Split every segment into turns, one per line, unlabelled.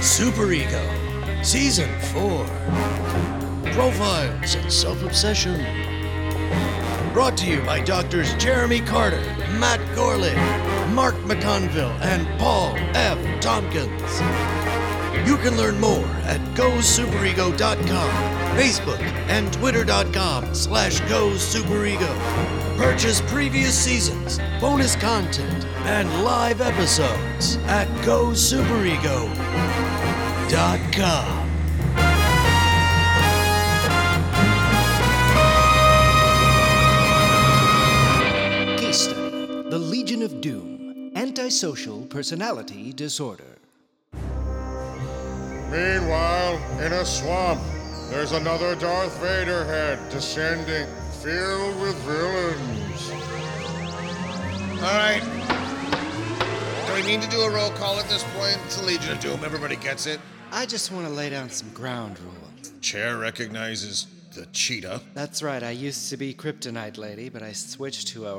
Super Ego, Season 4 Profiles and Self Obsession. Brought to you by Doctors Jeremy Carter, Matt Gorley, Mark McConville, and Paul F. Tompkins. You can learn more at gosuperego.com, Facebook, and twitter.com slash gosuperego. Purchase previous seasons, bonus content, and live episodes at gosuperego.com.
Case study The Legion of Doom Antisocial Personality Disorder.
Meanwhile, in a swamp, there's another Darth Vader head descending, filled with villains.
All right. Do we need to do a roll call at this point? It's a Legion of Doom. Everybody gets it.
I just want to lay down some ground rules.
Chair recognizes the cheetah.
That's right, I used to be Kryptonite Lady, but I switched to a.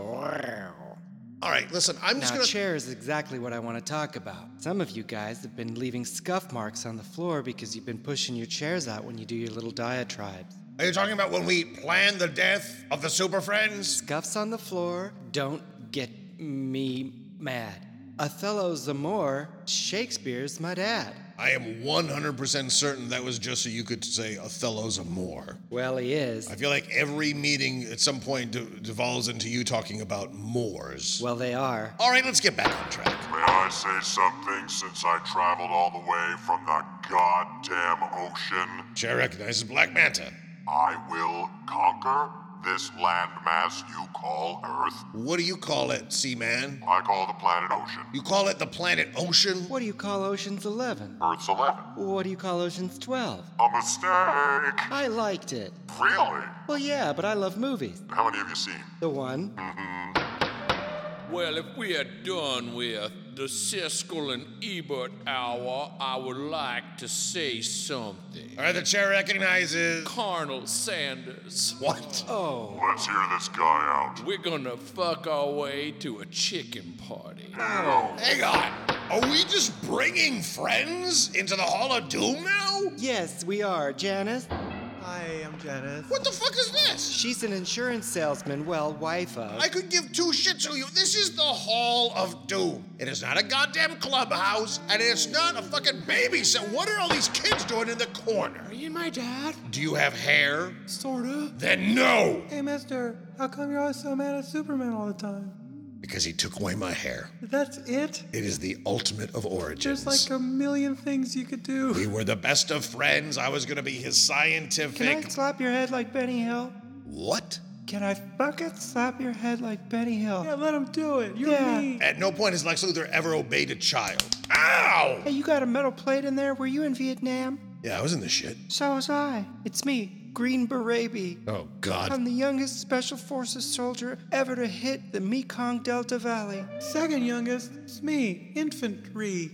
All right, listen. I'm just
Now,
gonna.
chair is exactly what I want to talk about. Some of you guys have been leaving scuff marks on the floor because you've been pushing your chairs out when you do your little diatribes.
Are you talking about when we planned the death of the Super Friends?
Scuffs on the floor, don't get me mad. Othello's the Moor, Shakespeare's my dad.
I am 100% certain that was just so you could say Othello's a Moor.
Well, he is.
I feel like every meeting at some point de- devolves into you talking about Moors.
Well, they are.
All right, let's get back on track.
May I say something since I traveled all the way from the goddamn ocean?
Chair recognizes Black Manta.
I will conquer this landmass you call Earth.
What do you call it, Seaman?
I call the planet Ocean.
You call it the planet Ocean?
What do you call Ocean's 11?
Earth's 11.
What do you call Ocean's 12?
A mistake!
I liked it.
Really?
Well, yeah, but I love movies.
How many have you seen?
The one.
Well, if we are done with the Siskel and Ebert hour, I would like to say something.
All right, the chair recognizes.
Carnal Sanders,
What?
Oh,
Let's hear this guy out.
we're gonna fuck our way to a chicken party.
Hang on. Are we just bringing friends into the Hall of Doom now?
yes, we are, Janice.
Hi, I'm Janice.
What the fuck is this?
She's an insurance salesman, well, wife of.
I could give two shits who you. This is the Hall of Doom. It is not a goddamn clubhouse, and it's not a fucking babysit. What are all these kids doing in the corner?
Are you my dad?
Do you have hair?
Sorta.
Then no!
Hey, mister, how come you're always so mad at Superman all the time?
Because he took away my hair.
That's it?
It is the ultimate of origins.
There's like a million things you could do.
we were the best of friends. I was gonna be his scientific.
Can I slap your head like Benny Hill?
what?
Can I fucking slap your head like Benny Hill? Yeah, let him do it. You're mean.
At no point has Lex Luthor ever obeyed a child. Ow!
Hey, you got a metal plate in there? Were you in Vietnam?
Yeah, I was in the shit.
So was I. It's me, Green Barabi.
Oh God.
I'm the youngest Special Forces soldier ever to hit the Mekong Delta Valley. Second youngest is me, infantry.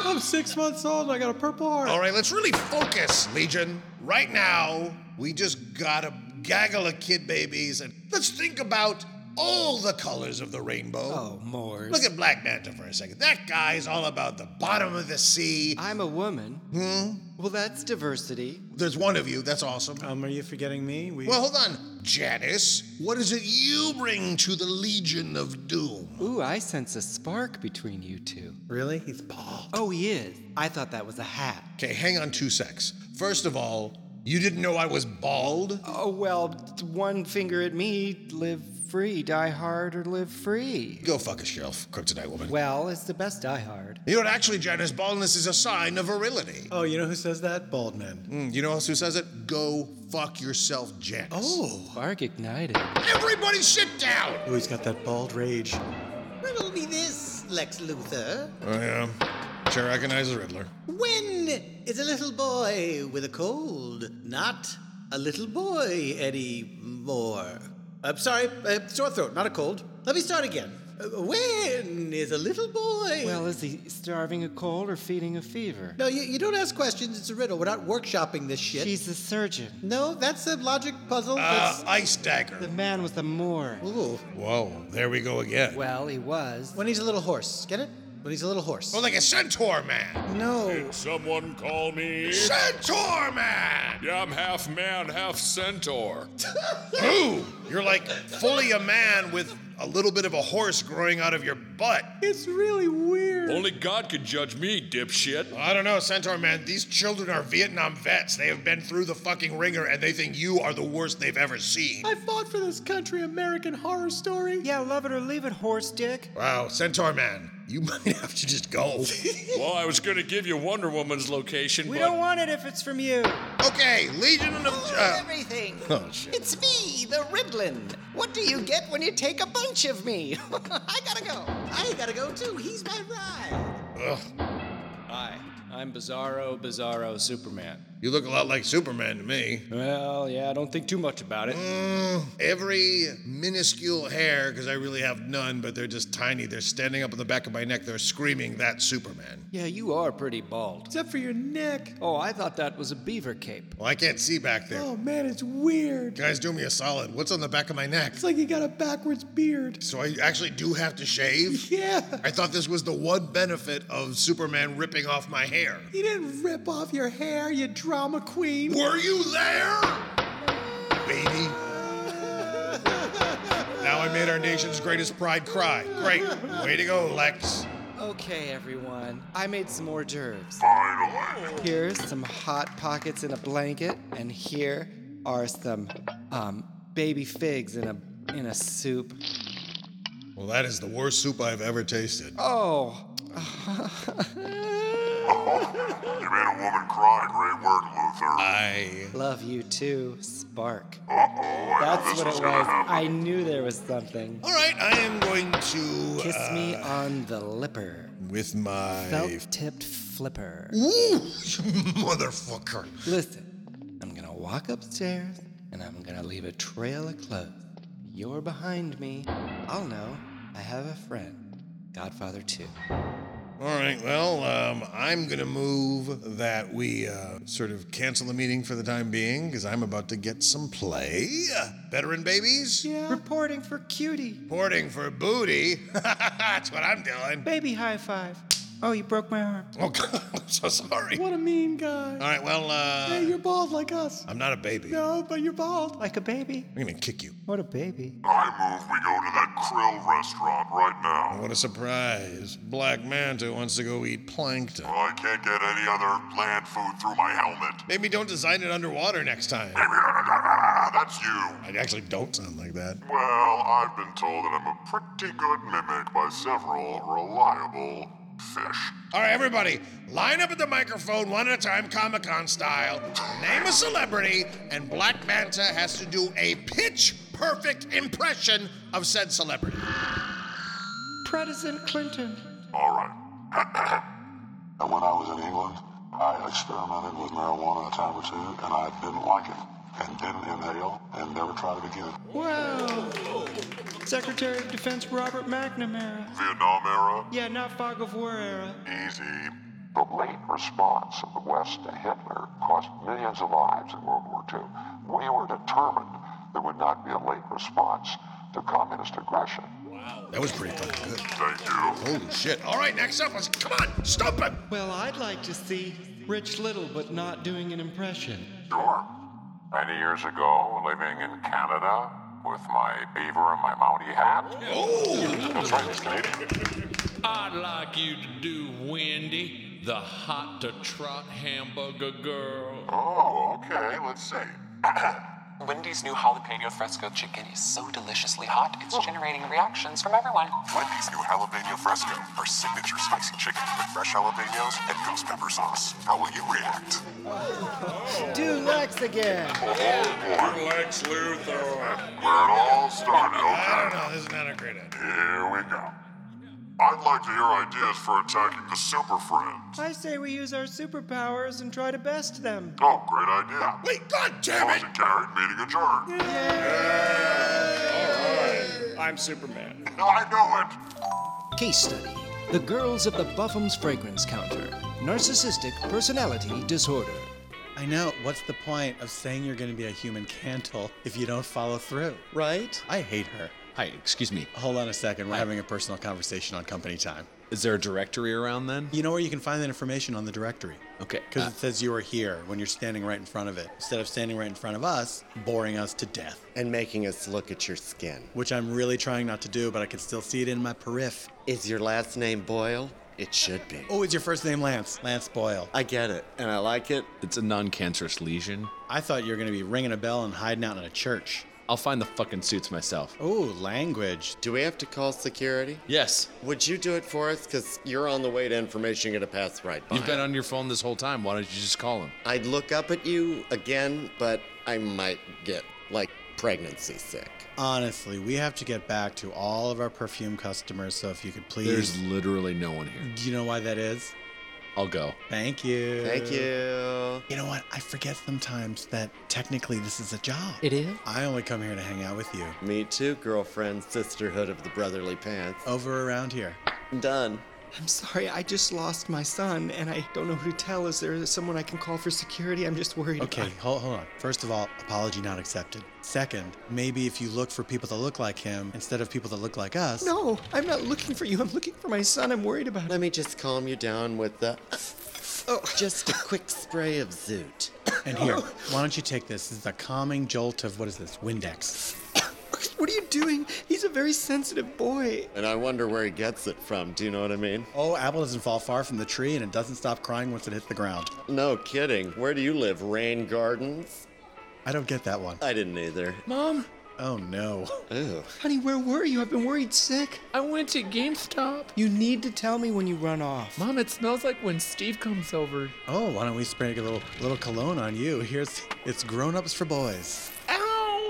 I'm six months old and I got a purple heart.
All right, let's really focus, Legion. Right now, we just got a gaggle of kid babies, and let's think about all the colors of the rainbow.
Oh, Moors.
Look at Black Manta for a second. That guy is all about the bottom of the sea.
I'm a woman. Hmm? Well, that's diversity.
There's one of you. That's awesome.
Um, are you forgetting me? We
Well, hold on. Janice, what is it you bring to the Legion of Doom?
Ooh, I sense a spark between you two.
really? He's Paul.
Oh, he is. I thought that was a hat.
Okay, hang on two secs. First of all, you didn't know I was bald?
Oh, well, one finger at me, live free, die hard, or live free.
Go fuck yourself, Kryptonite Woman.
Well, it's the best die hard.
You know what? Actually, Janice, baldness is a sign of virility. Hmm,
Oh, you know who says that? Bald man.
You know else who says it? Go fuck yourself, Janice.
Oh.
Spark ignited.
Everybody sit down!
Oh, he's got that bald rage.
Riddle me this, Lex Luthor.
I am. Chair recognizes Riddler.
When is a little boy with a cold not a little boy anymore? I'm sorry, uh, sore throat, not a cold. Let me start again. Uh, when is a little boy?
Well, is he starving a cold or feeding a fever?
no, you, you don't ask questions. It's a riddle. We're not workshopping this shit.
She's a surgeon.
No, that's a logic puzzle.
Oh,
Uh,
That's.
ice dagger.
The man was a Moor.
Ooh.
Whoa, there we go again.
Well, he was.
When he's a little horse, get it?
But he's a little horse.
Or Oh, like a centaur man.
no.
Someone call me.
Centaur man!
Yeah, I'm half man, half centaur.
Ooh, you're like fully a man with a little bit of a horse growing out of your butt.
It's really weird.
Only God could judge me, dipshit.
I don't know, Centaur man. These children are Vietnam vets. They have been through the fucking ringer and they think you are the worst they've ever seen.
I fought for this country, American Horror Story.
Yeah, love it or leave it, horse dick.
Wow, Centaur man, you might have to just go.
Well, I was gonna give you Wonder Woman's location,
We
but
don't want it if it's from you.
okay, Legion of. Uh,
everything.
oh, shit.
It's me, the Riddlin. What do you get when you take a bunch of me? I gotta go.
I gotta go too. He's my ride.
Ugh,
Hi, I'm Bizarro Bizarro Superman.
you look a lot like Superman to me. Mm,
Well, yeah, don't think too much about it.
Every minuscule hair, because I really have none, but they're just tiny. They're standing up on the back of my neck. They're screaming, That's Superman.
Yeah, you are pretty bald.
Except for your neck.
Oh, I thought that was a beaver cape.
Well, I can't see back there.
Oh man, it's weird.
Guys, do me a solid. What's on the back of my neck?
It's like you got a backwards beard.
So I actually do have to shave?
Yeah.
I thought this was the one benefit of Superman ripping off my hair.
You didn't rip off your hair, you drama queen.
Were you there? Baby. now I made our nation's greatest pride cry. Great. Way to go, Lex.
Okay, everyone. I made some hors d'oeuvres.
Finally.
Here's some hot pockets in a blanket, and here are some um baby figs in a in a soup.
Well, that is the worst soup I've ever tasted.
Oh,
You made a woman cry. Great work, Luther.
I.
love you too, Spark.
Uh-oh, I know
That's
this
what
was
it
gonna
was.
happen.
I knew there was something.
All right, I am going to.
Kiss
uh,
me on the lipper.
With my.
Felt tipped flipper.
Ooh, you motherfucker.
Listen, I'm gonna walk upstairs and I'm gonna leave a trail of clothes. You're behind me. I'll know. I have a friend. Godfather 2.
All right, well, um, I'm going to move that we uh, sort of cancel the meeting for the time being because I'm about to get some play. Veteran uh, babies?
Reporting for cutie.
Porting for booty. That's what I'm doing.
Baby high five. Oh, you broke my arm.
Oh, God, I'm so sorry.
What a mean guy.
All right, well,
Hey,
uh,
you're bald like us.
I'm not a baby.
No, but you're bald.
Like a baby.
I'm going to kick you.
What a baby.
I move we go to that krill restaurant right now.
What a surprise. Black Manta wants to go eat plankton.
Well, I can't get any other land food through my helmet.
Maybe don't design it underwater next time.
That's you.
I actually don't sound like that.
Well, I've been told that I'm a pretty good mimic by several reliable fish.
All right, everybody, line up at the microphone one at a time, Comic Con style. Name a celebrity, and Black Manta has to do a pitch perfect impression of said celebrity.
President Clinton.
All right.
And when I was in England, I experimented with marijuana a time or two, and I didn't like it, and didn't inhale, and never tried it again.
Wow. Secretary of Defense Robert McNamara.
Vietnam era,
Yeah, not fog of war era.
easy.
The late response of the West to Hitler cost millions of lives in World War II. We were determined there would not be a late response to communist aggression.
That was pretty fucking good.
Thank you.
Holy shit. All right, next up, let's come on, stump him.
Well, I'd like to see Rich Little, but not doing an impression.
Sure. Many years ago, living in Canada with my beaver and my Mountie hat.
Oh,
That's right, he's Canadian.
I'd like you to do Wendy, the hot to trot hamburger girl.
Oh, okay, let's see.
Wendy's new jalapeno fresco chicken is so deliciously hot, it's generating reactions from everyone. Wendy's new jalapeno fresco, our signature spicy chicken with fresh jalapenos and ghost pepper sauce. How will you react?
Do Lex again.
Lex Luthor. Where it all started,
I
okay?
don't know, this is not a great idea.
Here we go. I'd like to hear ideas for attacking the Super Friends.
I say we use our superpowers and try to best them.
Oh, great idea.
Wait, god damn it.
Motion carried, meeting adjourned.
I'm Superman.
I know it.
Case study The girls of the Buffum's fragrance counter. Narcissistic personality disorder.
I know. What's the point of saying you're going to be a human cantle if you don't follow through?
Right?
I hate her.
Hi, excuse me.
Hold on a second. We're having a personal conversation on company time.
Is there a directory around then?
You know where you can find that information on the directory.
Okay.
Because
uh,
it says you are here when you're standing right in front of it, instead of standing right in front of us, boring us to death.
And making us look at your skin.
Which I'm really trying not to do, but I can still see it in my periph.
Is your last name Boyle? It should be.
Oh, it's your first name Lance. Lance Boyle.
I get it, and I like it.
It's a non cancerous lesion.
I thought you were going to be ringing a bell and hiding out in a church.
I'll find the fucking suits myself.
Oh, language.
Do we have to call security?
Yes.
Would you do it for us? Because you're on the way to information you're going to pass right by.
You've been on your phone this whole time. Why don't you just call him?
I'd look up at you again, but I might get, like, pregnancy sick.
Honestly, we have to get back to all of our perfume customers, so if you could please.
There's literally no one here.
Do you know why that is?
I'll go.
Thank you.
Thank you.
You know what? I forget sometimes that technically this is a job.
It is?
I only come here to hang out with you.
Me too, girlfriend, sisterhood of the brotherly pants.
Over around here.
Done.
I'm sorry, I just lost my son, and I don't know who to tell. Is there someone I can call for security? I'm just worried.
Okay, hold, hold on. First of all, apology not accepted. Second, maybe if you look for people that look like him instead of people that look like us.
No, I'm not looking for you. I'm looking for my son. I'm worried about him.
Let me just calm you down with the. Oh. Just a quick spray of Zoot.
And here, why don't you take this? This is a calming jolt of what is this? Windex.
What are you doing? He's a very sensitive boy.
And I wonder where he gets it from. Do you know what I mean?
Oh, apple doesn't fall far from the tree and it doesn't stop crying once it hits the ground.
No kidding. Where do you live? Rain Gardens?
I don't get that one.
I didn't either.
Mom?
Oh no.
Ew.
Honey, where were you? I've been worried sick.
I went to GameStop.
You need to tell me when you run off.
Mom, it smells like when Steve comes over.
Oh, why don't we spray a little little cologne on you? Here's it's grown-ups for boys.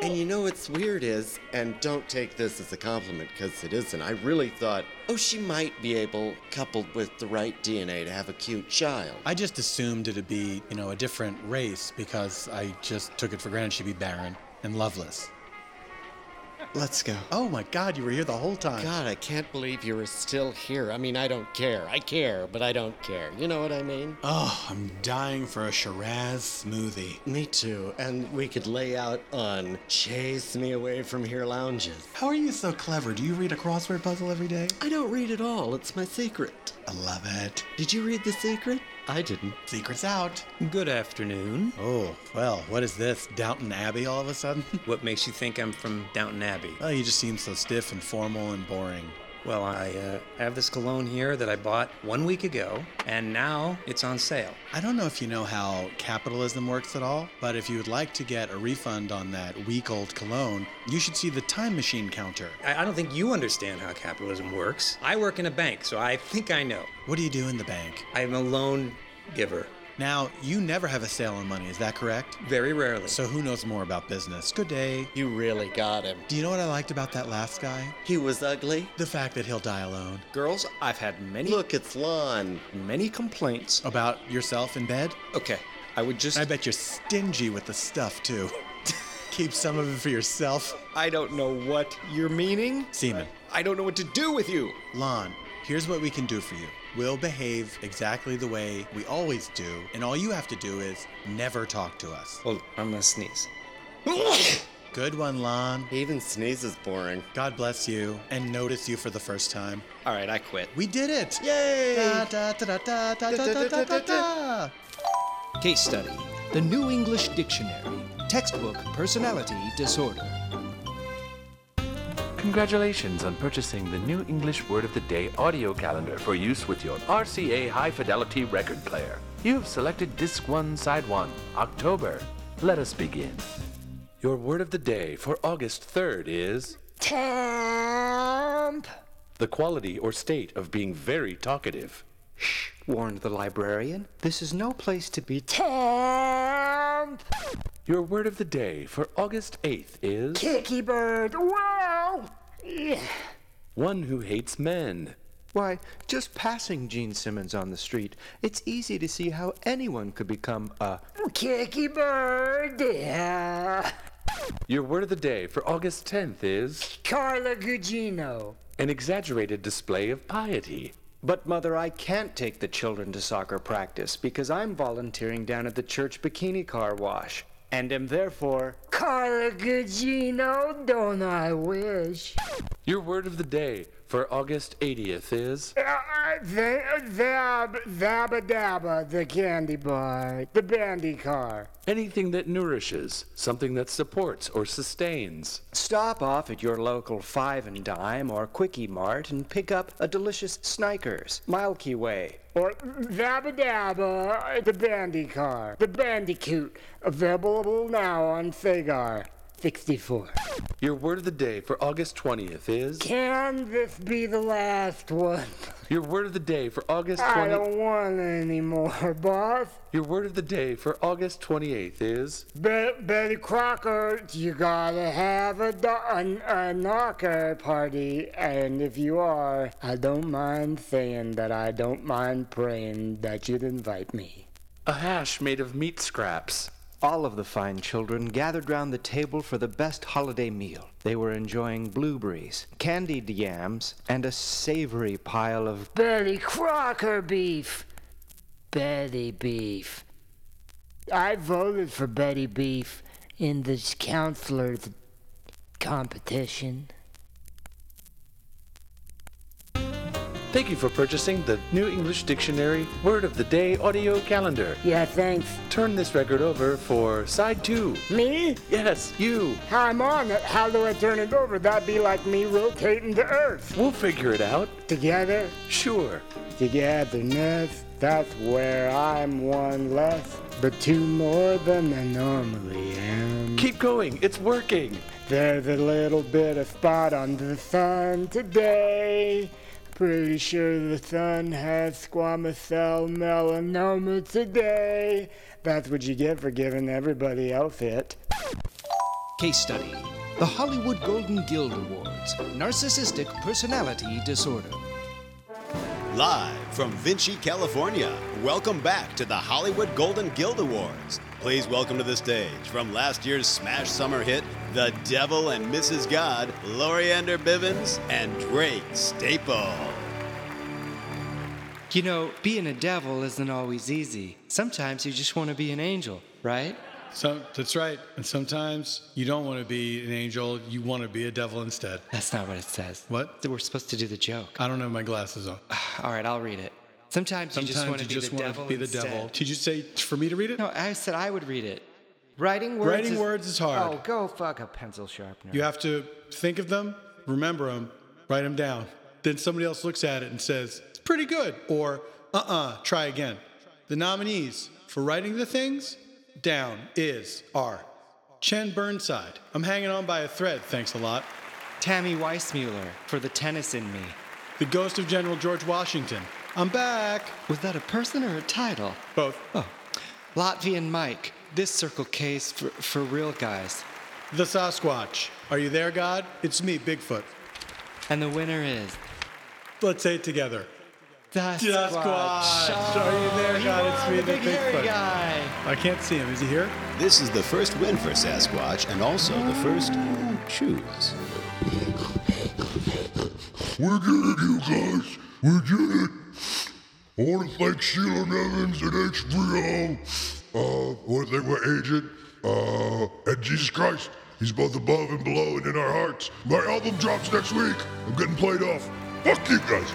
And you know what's weird is, and don't take this as a compliment because it isn't, I really thought, oh, she might be able, coupled with the right DNA, to have a cute child.
I just assumed it'd be, you know, a different race because I just took it for granted she'd be barren and loveless.
Let's go.
Oh my god, you were here the whole time.
God, I can't believe you were still here. I mean, I don't care. I care, but I don't care. You know what I mean?
Oh, I'm dying for a Shiraz smoothie.
Me too. And we could lay out on Chase Me Away From Here lounges.
How are you so clever? Do you read a crossword puzzle every day?
I don't read at all. It's my secret.
I love it.
Did you read The Secret? I didn't.
Secret's out.
Good afternoon.
Oh, well, what is this? Downton Abbey all of a sudden?
what makes you think I'm from Downton Abbey?
Oh, you just seem so stiff and formal and boring.
Well, I uh, have this cologne here that I bought one week ago, and now it's on sale.
I don't know if you know how capitalism works at all, but if you would like to get a refund on that week old cologne, you should see the time machine counter.
I, I don't think you understand how capitalism works. I work in a bank, so I think I know.
What do you do in the bank?
I'm a loan giver.
Now, you never have a sale on money, is that correct?
Very rarely.
So, who knows more about business? Good day.
You really got him.
Do you know what I liked about that last guy?
He was ugly.
The fact that he'll die alone.
Girls, I've had many.
Look, it's Lon.
Many complaints.
About yourself in bed?
Okay, I would just.
I bet you're stingy with the stuff, too. Keep some of it for yourself.
I don't know what you're meaning.
Seaman.
I don't know what to do with you.
Lon, here's what we can do for you will behave exactly the way we always do, and all you have to do is never talk to us.
Well, I'm gonna sneeze.
Good one, Lon.
Even sneeze is boring.
God bless you, and notice you for the first time.
All right, I quit.
We did it!
Yay!
Da, da, da,
Case study The New English Dictionary, textbook Personality Disorder.
Congratulations on purchasing the New English Word of the Day audio calendar for use with your RCA High Fidelity record player. You've selected Disc 1, Side 1, October. Let us begin. Your word of the day for August 3rd is.
Temp!
The quality or state of being very talkative.
Shh, warned the librarian. This is no place to be temp!
Your word of the day for August 8th is.
Kicky bird! Wow! Yeah.
One who hates men.
Why, just passing Gene Simmons on the street, it's easy to see how anyone could become a.
Kicky bird! Yeah.
Your word of the day for August 10th is.
Carla Gugino.
An exaggerated display of piety.
But, Mother, I can't take the children to soccer practice because I'm volunteering down at the church bikini car wash.
and am therefore Carragugino, don't I wish?
Your word of the day for August 80th is.
Uh, uh, the Zab, Zabba Dabba, the candy bar, the bandy car.
Anything that nourishes, something that supports or sustains.
Stop off at your local Five and Dime or Quickie Mart and pick up a delicious Snickers, Milky Way,
Or Zabba Dabba, the bandy car, the bandicoot, available now on Sagar 64.
Your word of the day for August 20th is.
Can this be the last one?
Your word of the day for August
I
20th.
don't want any more, boss.
Your word of the day for August 28th is.
Be- Betty Crocker, you gotta have a, do- a, a knocker party, and if you are, I don't mind saying that I don't mind praying that you'd invite me.
A hash made of meat scraps.
All of the fine children gathered round the table for the best holiday meal. They were enjoying blueberries, candied yams, and a savory pile of
Betty Crocker beef! Betty beef. I voted for Betty beef in this counselor's competition.
Thank you for purchasing the New English Dictionary Word of the Day audio calendar.
Yeah, thanks.
Turn this record over for side two.
Me?
Yes, you.
How I'm on it, how do I turn it over? That'd be like me rotating the earth.
We'll figure it out.
Together?
Sure.
Togetherness, that's where I'm one less, but two more than I normally am.
Keep going, it's working.
There's a little bit of spot on the sun today. Pretty sure the sun has squamous cell melanoma today. That's what you get for giving everybody else it.
Case study The Hollywood Golden Guild Awards Narcissistic Personality Disorder.
Live from Vinci, California, welcome back to the Hollywood Golden Guild Awards. Please welcome to the stage from last year's smash summer hit, The Devil and Mrs. God, Loriander Bivens and Drake Staple.
You know, being a devil isn't always easy. Sometimes you just want to be an angel, right?
Some, that's right. And sometimes you don't want to be an angel, you want to be a devil instead.
That's not what it says.
What?
We're supposed to do the joke.
I don't have my glasses on.
All right, I'll read it. Sometimes, you just want to be, the, devil instead.
Did you say for me to read it?
No, I said I would read it. Writing
words Writing is- words is hard.
Oh, go fuck a pencil sharpener.
You have to think of them, remember them, write them down. Then somebody else looks at it and says, it's pretty good, or uh uh try again. The nominees for writing the things down is are Chen Burnside. I'm hanging on by a thread, thanks a lot.
Tammy Weissmuller for the tennis in me.
The ghost of General George Washington. I'm back.
Was that a person or a title?
Both.
Oh. Latvian Mike. This circle case for, for real guys.
The Sasquatch. Are you there, God? It's me, Bigfoot.
And the winner is.
Let's say it together.
Sasquatch.
Are you there,
he
God? It's
won,
me,
the
the
big hairy
Bigfoot.
guy.
I can't see him. Is he here?
This is the first win for Sasquatch and also the first choose.
We did it, you guys. We did it. I want to thank Sheila Evans and HBO. Uh, I want to thank my agent. Uh, and Jesus Christ, he's both above and below and in our hearts. My album drops next week. I'm getting played off. Fuck you guys.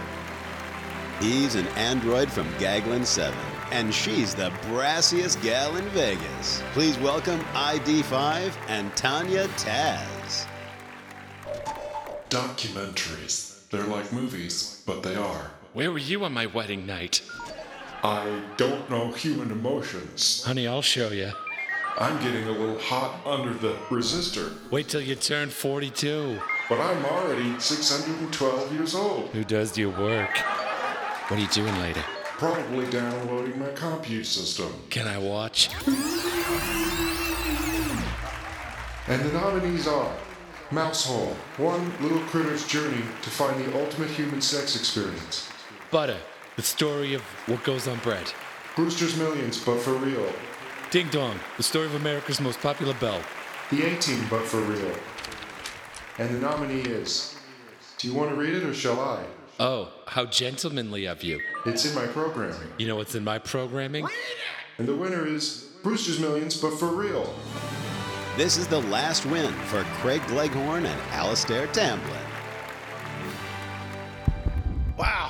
He's an android from Gaglin 7, and she's the brassiest gal in Vegas. Please welcome ID5 and Tanya Taz.
Documentaries. They're like movies, but they are. Where were you on my wedding night? I don't know human emotions.
Honey, I'll show you.
I'm getting a little hot under the resistor,
Wait till you turn 42.
but I'm already 612 years old.
Who does your work? What are you doing later?
Probably downloading my compu system.
Can I watch?
And the nominees are Mousehole, One Little Critter's Journey to Find the Ultimate Human Sex Experience.
Butter, the story of what goes on bread.
Brewster's Millions, but for real.
Ding Dong, the story of America's most popular bell.
The 18, but for real. And the nominee is. Do you want to read it or shall I?
Oh, how gentlemanly of you.
It's in my programming.
You know what's in my programming?
And the winner is
Brewster's Millions, but for real.
This is the last win for Craig Gleghorn and Alistair Tamblin.
Wow.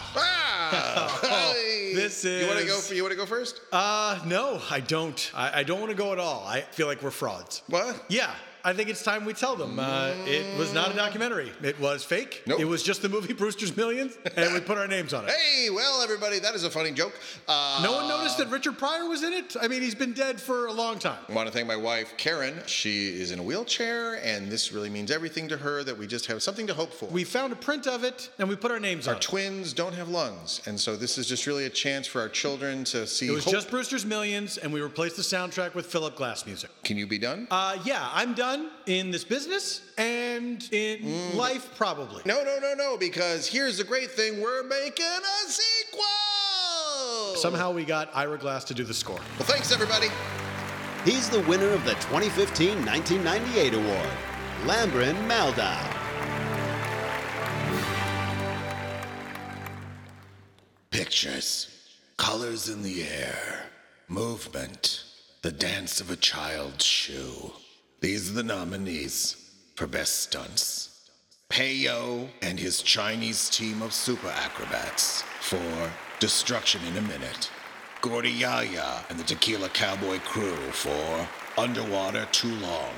Oh, this
You want to go
is-
for you want to go first?
Uh, no, I don't. I, I don't want to go at all. I feel like we're frauds. What? Yeah, I think it's time we tell them. Uh, it was
Mm.
not a documentary. It was fake. It was just the movie Brewster's Millions, and we put our names on it.
Hey, well, everybody, that is a funny joke. Uh,
No one noticed that Richard Pryor was in it. I mean, he's been dead for a long time.
I want to thank my wife, Karen. She is in a wheelchair, and this really means everything to her that we just have something to hope for.
We found a print of it, and we put our names
our
on it.
twins don't have lungs, and so this is just really a chance for our children to see.
It was
hope.
just Brewster's Millions, and we replaced the soundtrack with Philip Glass music.
Can you be done?
Uh, yeah, I'm done in this business and in life, probably.
Mm. No, no, no, no, because here's the great thing we're making a sequel!
Somehow we got Ira Glass to do the score.
Well, thanks, everybody.
He's the winner of the 2015-1998 award, Lambrin Maldow.
Pictures, colors in the air, movement, the dance of a child's shoe. These are the nominees for best stunts. Peyo and his Chinese team of super acrobats for Destruction in a Minute. Gordy Yaya and the Tequila Cowboy crew for Underwater Too Long.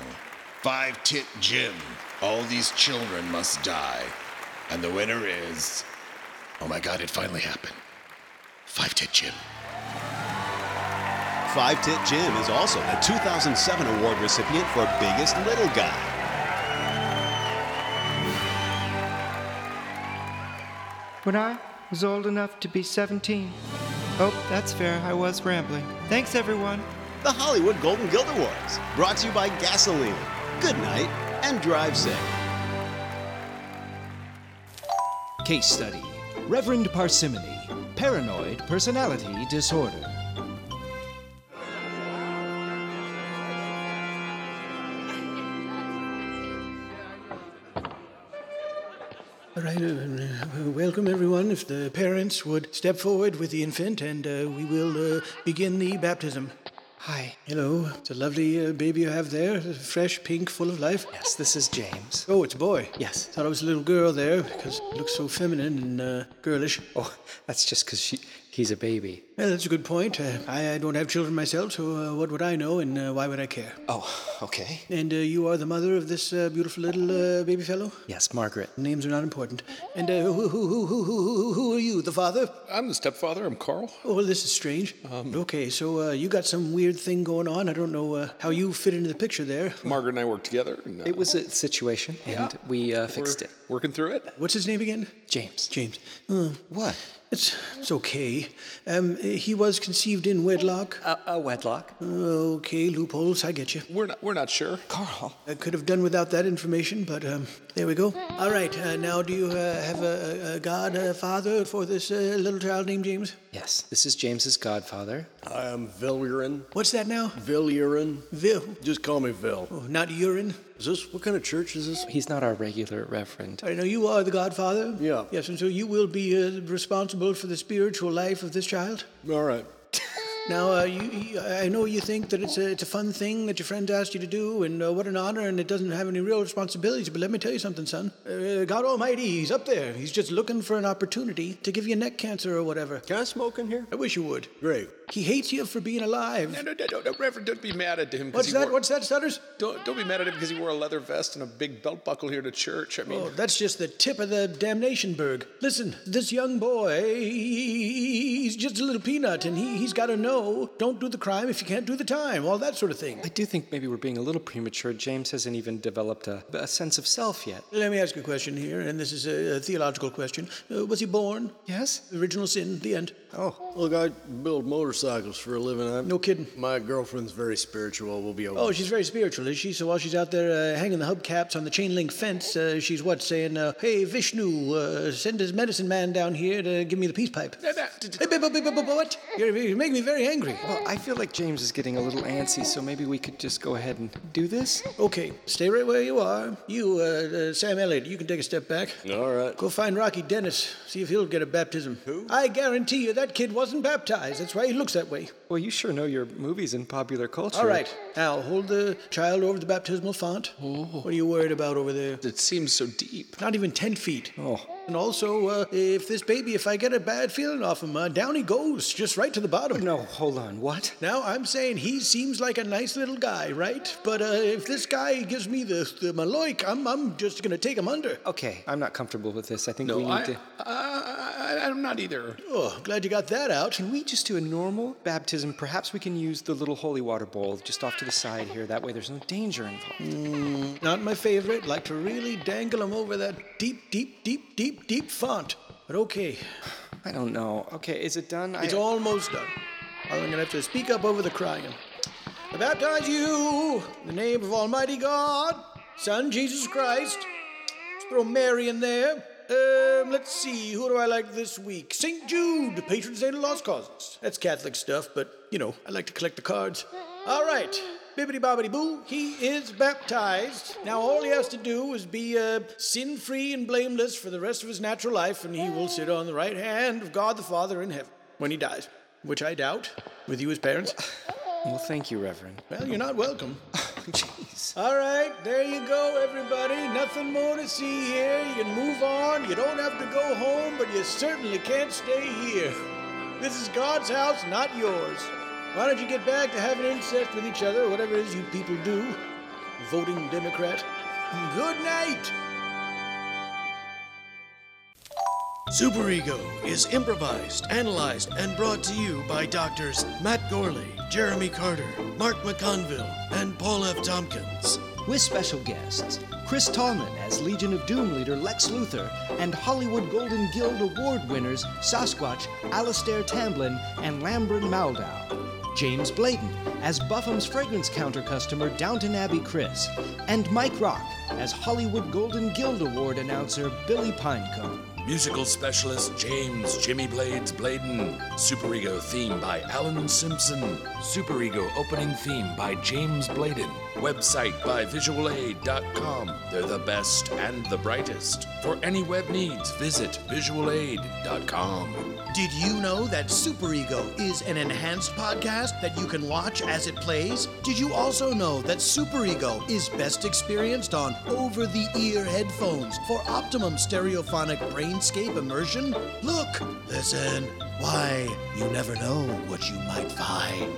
Five Tit Jim, All These Children Must Die. And the winner is. Oh my god, it finally happened. Five Tit Jim.
Five Tit Jim is also the 2007 award recipient for Biggest Little Guy.
When I was old enough to be 17. Oh, that's fair. I was rambling. Thanks, everyone.
The Hollywood Golden Guild Awards, brought to you by Gasoline. Good night and drive safe.
Case study Reverend Parsimony, paranoid personality disorder.
All right, uh, uh, welcome everyone. If the parents would step forward with the infant, and uh, we will uh, begin the baptism. Hi. Hello. It's a lovely uh, baby you have there, fresh, pink, full of life. Yes, this is James. Oh, it's a boy. Yes. Thought it was a little girl there because it looks so feminine and uh, girlish. Oh, that's just because she.
He's a baby.
Well, that's a good point. Uh, I, I don't have children myself, so uh, what would I know, and uh, why would I care?
Oh, okay.
And uh, you are the mother of this uh, beautiful little uh, baby fellow.
Yes, Margaret.
Names are not important. And uh, who, who, who, who, who, who, who are you? The father?
I'm the stepfather. I'm Um, Carl.
Oh, well, this is strange. okay, so uh, you got some weird thing going on. I don't know uh, how you fit into the picture there.
Margaret and I worked together. And, uh, it was a situation, and we uh, fixed it. Working through it.
What's his name again?
James.
James. Uh,
what?
It's it's okay. Um, he was conceived in wedlock.
A, a wedlock.
Okay, loopholes. I get you.
We're not. We're not sure. Carl.
I could have done without that information, but um, there we go. All right. Uh, now, do you uh, have a, a- a godfather for this uh, little child named James?
Yes. This is James's godfather.
I'm Villurin.
What's that now?
Villurin.
Vil.
Just call me Vil.
not urine.
Is this what kind of church is this?
He's not our regular reverend.
I know you are the godfather.
Yeah.
Yes, and so you will be uh, responsible for the spiritual life of this child.
All right.
Now, uh, you, you, I know you think that it's a, it's a fun thing that your friends asked you to do, and uh, what an honor, and it doesn't have any real responsibilities. But let me tell you something, son. Uh, God Almighty, He's up there. He's just looking for an opportunity to give you neck cancer or whatever. Can I smoke in here? I wish you would. Great. He hates you for being alive.
No, no, no, no, no, Reverend, don't be mad at him. 'cause
What's
he
that?
Wore,
What's that, Sutters?
don't, don't be mad at him because he wore a leather vest and a big belt buckle here to church. I mean,
Oh, that's just the tip of the damnation berg. Listen, this young boy, he- he's just a little peanut, and he, he's got to know don't do the crime if you can't do the time, all that sort of thing.
I do think maybe we're being a little premature. James hasn't even developed a, a sense of self yet.
Let me ask you a question here, and this is a, a theological question. Uh, was he born?
Yes.
Original sin, the end.
Oh. Look, I build motorcycles for a living. I'm,
no kidding.
My girlfriend's very spiritual. We'll be over.
Oh, she's very spiritual, is she? So while she's out there uh, hanging the hubcaps on the chain link fence, uh, she's what, saying, uh, Hey, Vishnu, uh, send his medicine man down here to give me the peace pipe. Hey, bu- bu- bu- bu- bu- What? You're, you make me very angry.
Well, I feel like James is getting a little antsy, so maybe we could just go ahead and do this.
Okay, stay right where you are. You, uh, uh, Sam Elliott, you can take a step back.
All right.
Go find Rocky Dennis. See if he'll get a baptism. Who? I guarantee you that kid wasn't baptized. That's why he looks that way.
Well, you sure know your movies and popular culture.
All right. Al, hold the child over the baptismal font. What are you worried about over there?
Oh. It seems so deep.
Not even 10 feet.
Oh.
And also, uh, if this baby, if I get a bad feeling off him, uh, down he goes, just right to the bottom.
No, hold on. What?
Now, I'm saying he seems like a nice little guy, right? But uh, if this guy gives me the, the maloik, I'm, I'm just going to take him under.
Okay, I'm not comfortable with this. I think we need
I-
to.
I, I'm not either.
Oh, glad you got that out. Can we just do a normal baptism? Perhaps we can use the little holy water bowl just off to the side here. That way there's no danger involved.
Mm, not my favorite. Like to really dangle him over that deep, deep, deep, deep, deep font. But okay.
I don't know. Okay, is it done?
It's almost done. I'm going to have to speak up over the crying. I baptize you in the name of Almighty God, Son Jesus Christ. Let's throw Mary in there. Um, let's see, who do I like this week? St. Jude, patron saint of lost causes. That's Catholic stuff, but you know, I like to collect the cards. All right, bibbity bobbity boo, he is baptized. Now all he has to do is be uh, sin free and blameless for the rest of his natural life, and he will sit on the right hand of God the Father in heaven when he dies, which I doubt with you as parents.
Well, thank you, Reverend.
Well, you're not welcome. Jeez. All right, there you go, everybody. Nothing more to see here. You can move on. You don't have to go home, but you certainly can't stay here. This is God's house, not yours. Why don't you get back to having incest with each other, whatever it is you people do? Voting Democrat. Good night.
Superego is improvised, analyzed, and brought to you by doctors Matt Gorley, Jeremy Carter, Mark McConville, and Paul F. Tompkins.
With special guests Chris Tallman as Legion of Doom leader Lex Luthor and Hollywood Golden Guild Award winners Sasquatch, Alastair Tamblyn, and Lambron Maldow. James Bladen as Buffum's fragrance counter customer Downton Abbey Chris, and Mike Rock as Hollywood Golden Guild Award announcer Billy Pinecone.
Musical specialist James Jimmy Blades Bladen. Superego theme by Alan Simpson. Superego opening theme by James Bladen. Website by visualaid.com. They're the best and the brightest. For any web needs, visit visualaid.com.
Did you know that Superego is an enhanced podcast that you can watch as it plays? Did you also know Oh, that Superego is best experienced on over the ear headphones for optimum stereophonic brainscape immersion? Look, listen, why, you never know what you might find.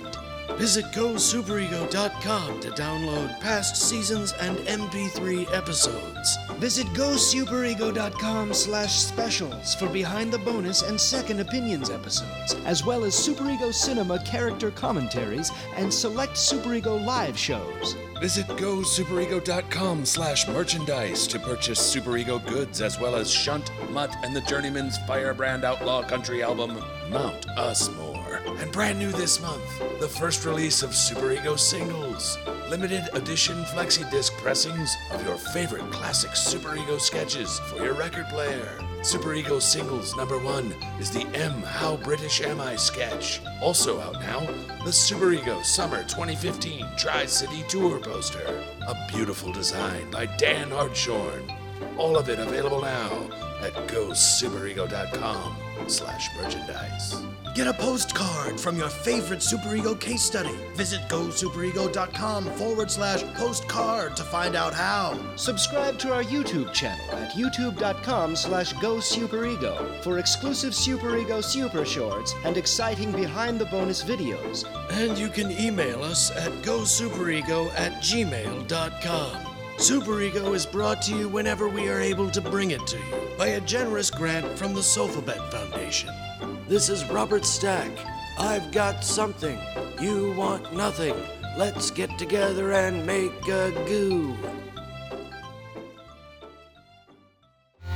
Visit GoSuperego.com to download past seasons and MP3 episodes.
Visit GoSuperego.com slash specials for behind the bonus and second opinions episodes, as well as Superego Cinema character commentaries and select Superego live shows.
Visit gosuperego.com slash merchandise to purchase Superego goods as well as Shunt, Mutt, and the Journeyman's Firebrand Outlaw Country album, Mount Us More. And brand new this month, the first release of Superego singles, limited edition flexi disc pressings of your favorite classic Superego sketches for your record player. Superego singles number one is the M How British Am I sketch. Also out now, the Superego Summer 2015 Tri City Tour poster. A beautiful design by Dan Hartshorn. All of it available now at gosuperego.com slash merchandise.
Get a postcard from your favorite Superego case study. Visit GoSuperego.com forward slash postcard to find out how.
Subscribe to our YouTube channel at youtube.com slash GoSuperego for exclusive Superego Super Shorts and exciting behind the bonus videos.
And you can email us at gosuperego at gmail.com. Superego is brought to you whenever we are able to bring it to you by a generous grant from the Sofabet Foundation. This is Robert Stack. I've got something. You want nothing. Let's get together and make a goo.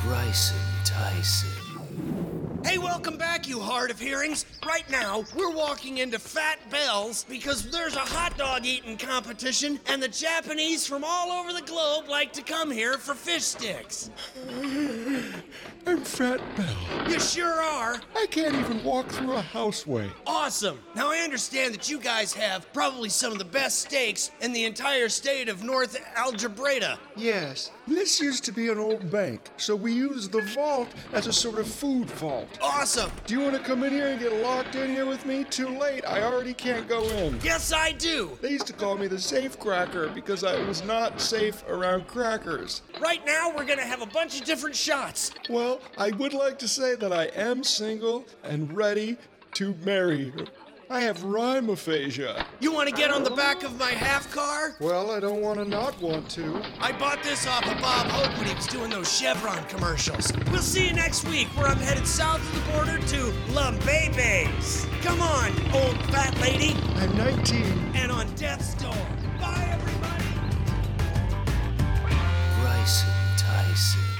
Bryson Tyson.
Hey, welcome back, you hard of hearings. Right now, we're walking into Fat Bell's because there's a hot dog eating competition, and the Japanese from all over the globe like to come here for fish sticks.
I'm Fat Bell.
You sure are.
I can't even walk through a houseway.
Awesome! Now I understand that you guys have probably some of the best steaks in the entire state of North Algebreda.
Yes, this used to be an old bank, so we used the vault as a sort of food vault.
Awesome!
Do you want to come in here and get locked in here with me? Too late. I already can't go in.
Yes, I do.
They used to call me the safe cracker because I was not safe around crackers.
Right now, we're gonna have a bunch of different shots.
Well, I would like to say that I am single and ready to marry. I have rhyme aphasia.
You wanna get on the back of my half car?
Well, I don't want to not want to.
I bought this off of Bob Hope when he was doing those Chevron commercials. We'll see you next week where I'm headed south of the border to Lumbabes. Come on, old fat lady.
I'm 19.
And on death's door. Bye, everybody.
Bryson Tyson.